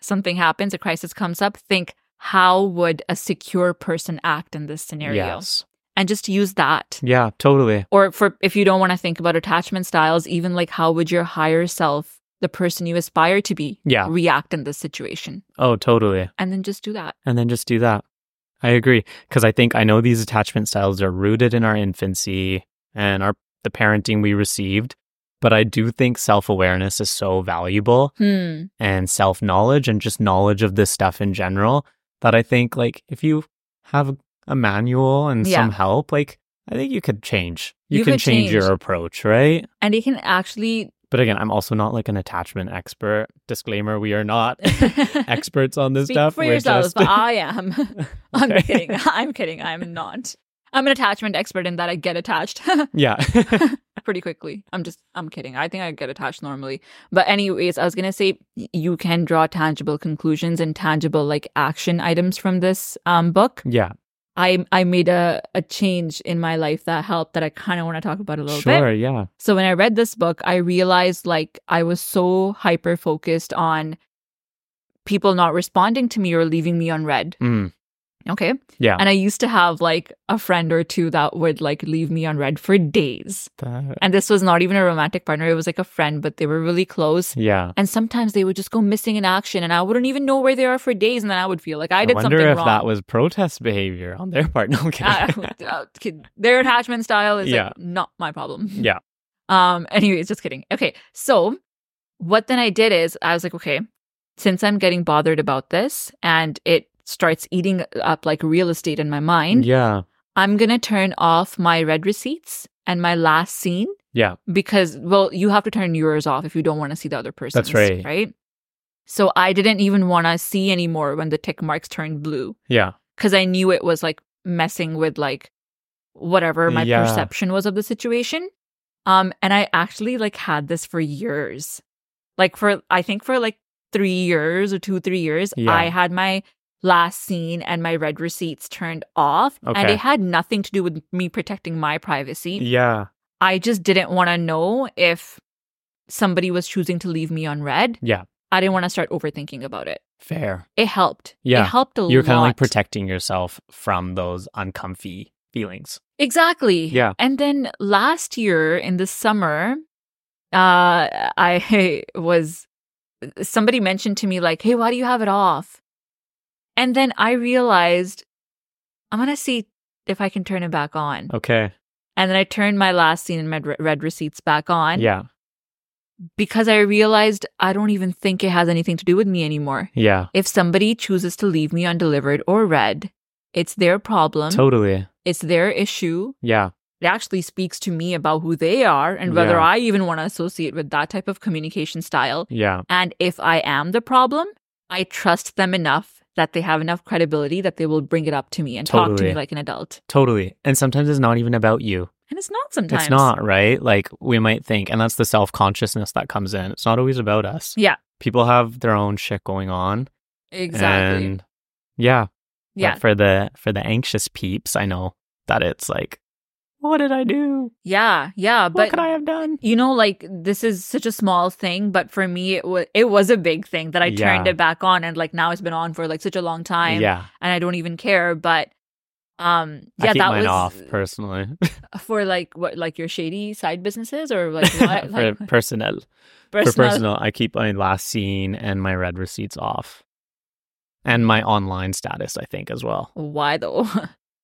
S2: something happens, a crisis comes up, think how would a secure person act in this scenario?
S1: yes
S2: And just use that.
S1: yeah totally
S2: Or for if you don't want to think about attachment styles, even like how would your higher self, the person you aspire to be,
S1: yeah
S2: react in this situation?
S1: oh totally
S2: And then just do that.
S1: and then just do that i agree because i think i know these attachment styles are rooted in our infancy and our the parenting we received but i do think self-awareness is so valuable
S2: Hmm.
S1: and self knowledge and just knowledge of this stuff in general that I think like if you have a manual and
S2: Yeah.
S1: some help, like I think you could change. You,
S2: You
S1: can
S2: could
S1: change, your
S2: change.
S1: approach, right?
S2: And it can actually
S1: But again, I'm also not like an attachment expert. Disclaimer, we are not
S2: speak
S1: experts on this stuff.
S2: for
S1: We're
S2: yourself.
S1: just-
S2: I am. I'm
S1: Okay.
S2: kidding. I'm kidding. I'm not. I'm an attachment expert in that I get attached
S1: yeah.
S2: pretty quickly. I'm just, I'm kidding. I think I get attached normally. But, anyways, I was going to say y- you can draw tangible conclusions and tangible like action items from this um, book.
S1: yeah.
S2: I, I made a, a change in my life that helped that I kind of want to talk about a little bit.
S1: Sure, yeah.
S2: So when I read this book, I realized like I was so hyper focused on people not responding to me or leaving me unread.
S1: Mm,
S2: Okay.
S1: yeah.
S2: And I used to have like a friend or two that would like leave me unread for days.
S1: That-
S2: And this was not even a romantic partner, it was like a friend, but they were really close.
S1: yeah.
S2: And sometimes they would just go missing in action and I wouldn't even know where they are for days. And then I would feel like I did
S1: wonder
S2: something
S1: if
S2: wrong.
S1: that was protest behavior on their part. No, I'm kidding.
S2: Uh, uh, kid- their attachment style is
S1: Yeah.
S2: like not my problem.
S1: yeah.
S2: Um, anyways, just kidding. Okay, so what then I did is I was like, okay, since I'm getting bothered about this and it starts eating up like real estate in my mind,
S1: Yeah.
S2: I'm gonna turn off my red receipts and my last scene
S1: Yeah.
S2: because well, you have to turn yours off if you don't want to see the other person's.
S1: right.
S2: Right. So I didn't even want to see anymore when the tick marks turned blue
S1: Yeah.
S2: because I knew it was like messing with like whatever my
S1: Yeah.
S2: perception was of the situation. Um, and I actually like had this for years, like for I think for like three years or two three years,
S1: Yeah.
S2: I had my last scene and my red receipts turned off, and
S1: Okay.
S2: it had nothing to do with me protecting my privacy.
S1: Yeah.
S2: I just didn't want to know if somebody was choosing to leave me on red.
S1: Yeah.
S2: I didn't want to start overthinking about it.
S1: Fair.
S2: It helped.
S1: Yeah.
S2: It helped a lot.
S1: You're kind of like protecting yourself from those uncomfy feelings.
S2: Exactly.
S1: Yeah.
S2: And then last year in the summer, uh, I was somebody mentioned to me like, "Hey, why do you have it off?" And then I realized I'm gonna see if I can turn it back on.
S1: Okay.
S2: And then I turned my last scene in my re- red receipts back on
S1: Yeah.
S2: because I realized I don't even think it has anything to do with me anymore.
S1: Yeah.
S2: If somebody chooses to leave me undelivered or red, it's their problem.
S1: Totally.
S2: it's their issue
S1: Yeah.
S2: it actually speaks to me about who they are and whether
S1: Yeah.
S2: I even want to associate with that type of communication style.
S1: Yeah.
S2: And if I am the problem, I trust them enough that they have enough credibility that they will bring it up to me and talk to
S1: Totally.
S2: me like an adult.
S1: Totally. And sometimes it's not even about you.
S2: And it's not sometimes.
S1: It's not, right? Like we might think, and that's the self consciousness that comes in. It's not always about us.
S2: Yeah.
S1: People have their own shit going on.
S2: Exactly.
S1: And yeah. But
S2: yeah.
S1: for the for the anxious peeps, I know that it's like, what did I do?
S2: yeah. Yeah.
S1: what
S2: But
S1: could I have done?
S2: you know, like this is such a small thing, but for me it was it was a big thing that I turned
S1: Yeah.
S2: it back on and like now it's been on for like such a long time
S1: yeah.
S2: and I don't even care. But um yeah,
S1: I keep
S2: that
S1: mine
S2: was
S1: off personally.
S2: for like what like your shady side businesses or like what
S1: for
S2: like
S1: personnel. For personal, I keep my last scene and my red receipts off. And my online status, I think, as well.
S2: why though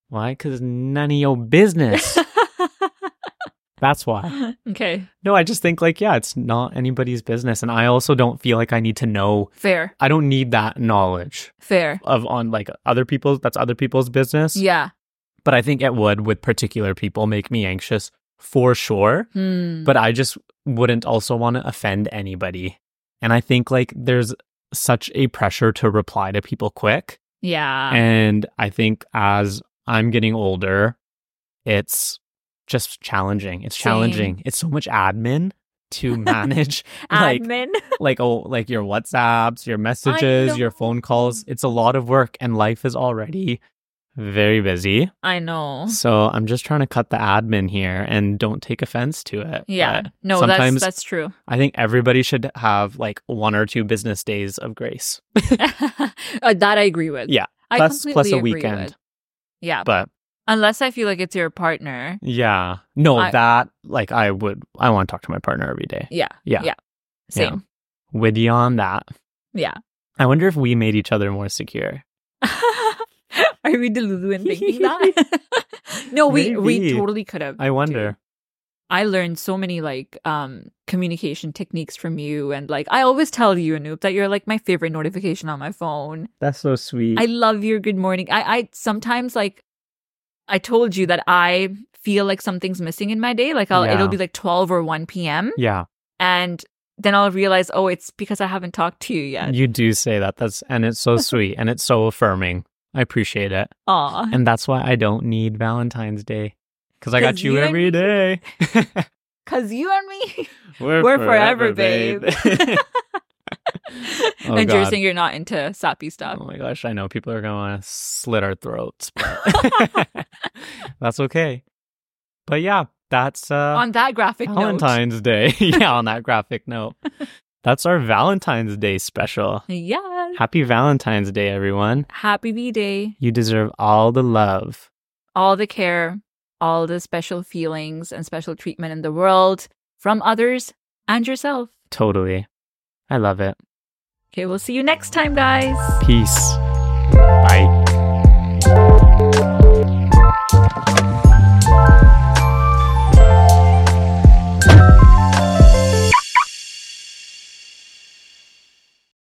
S1: Why? Because none of your business. That's why.
S2: okay
S1: No, I just think like, yeah, it's not anybody's business. And I also don't feel like I need to know.
S2: fair
S1: I don't need that knowledge
S2: fair
S1: of on like other people's, that's other people's business.
S2: yeah
S1: But I think it would with particular people make me anxious for sure.
S2: hmm.
S1: but I just wouldn't also want to offend anybody. And I think like there's such a pressure to reply to people quick.
S2: yeah
S1: And I think as I'm getting older, it's just challenging. It's challenging. It's so much admin to manage like
S2: admin
S1: like oh like your WhatsApps, your messages, your phone calls.
S2: know.
S1: It's a lot of work and life is already very busy.
S2: I know
S1: So I'm just trying to cut the admin here and don't take offense to it.
S2: yeah
S1: but-
S2: no
S1: uh, sometimes-
S2: that's that's true
S1: I think everybody should have like one or two business days of grace.
S2: Uh, that I agree with
S1: Yeah.
S2: I
S1: plus
S2: completely
S1: plus a
S2: agree
S1: weekend.
S2: with. yeah
S1: But
S2: unless I feel like it's your partner
S1: yeah. No,
S2: I-
S1: that like I would I want to talk to my partner every day.
S2: yeah
S1: Yeah.
S2: yeah same
S1: With you on that.
S2: yeah,
S1: I wonder if we made each other more secure.
S2: are we delulu in thinking that no we we
S1: Maybe.
S2: totally could have
S1: I wonder.
S2: I learned so many like um communication techniques from you and like I always tell you Anoop that you're like my favorite notification on my phone.
S1: That's so sweet.
S2: I love your good morning. I I sometimes like I told you that I feel like something's missing in my day. Like I'll
S1: Yeah.
S2: it'll be like 12 or 1 p.m.
S1: yeah.
S2: and then I'll realize oh it's because I haven't talked to you yet.
S1: You do say that. That's and it's so sweet and it's so affirming. I appreciate it.
S2: Aw.
S1: And that's why I don't need Valentine's Day. Cause I got
S2: 'Cause
S1: you,
S2: you and-
S1: every day.
S2: Cause you and me
S1: We're,
S2: we're forever, babe.
S1: Oh,
S2: and you're
S1: God.
S2: saying you're not into sappy stuff.
S1: Oh my gosh, I know people are going to want to slit our throats, but that's okay. But yeah, that's uh,
S2: On that graphic note.
S1: Valentine's Day. yeah, on that graphic note, that's our Valentine's Day special.
S2: Yeah.
S1: Happy Valentine's Day, everyone.
S2: Happy V Day.
S1: You deserve all the love.
S2: all the care, all the special feelings and special treatment in the world from others and yourself.
S1: Totally. I love it.
S2: Okay, we'll see you next time, guys.
S1: Peace. Bye.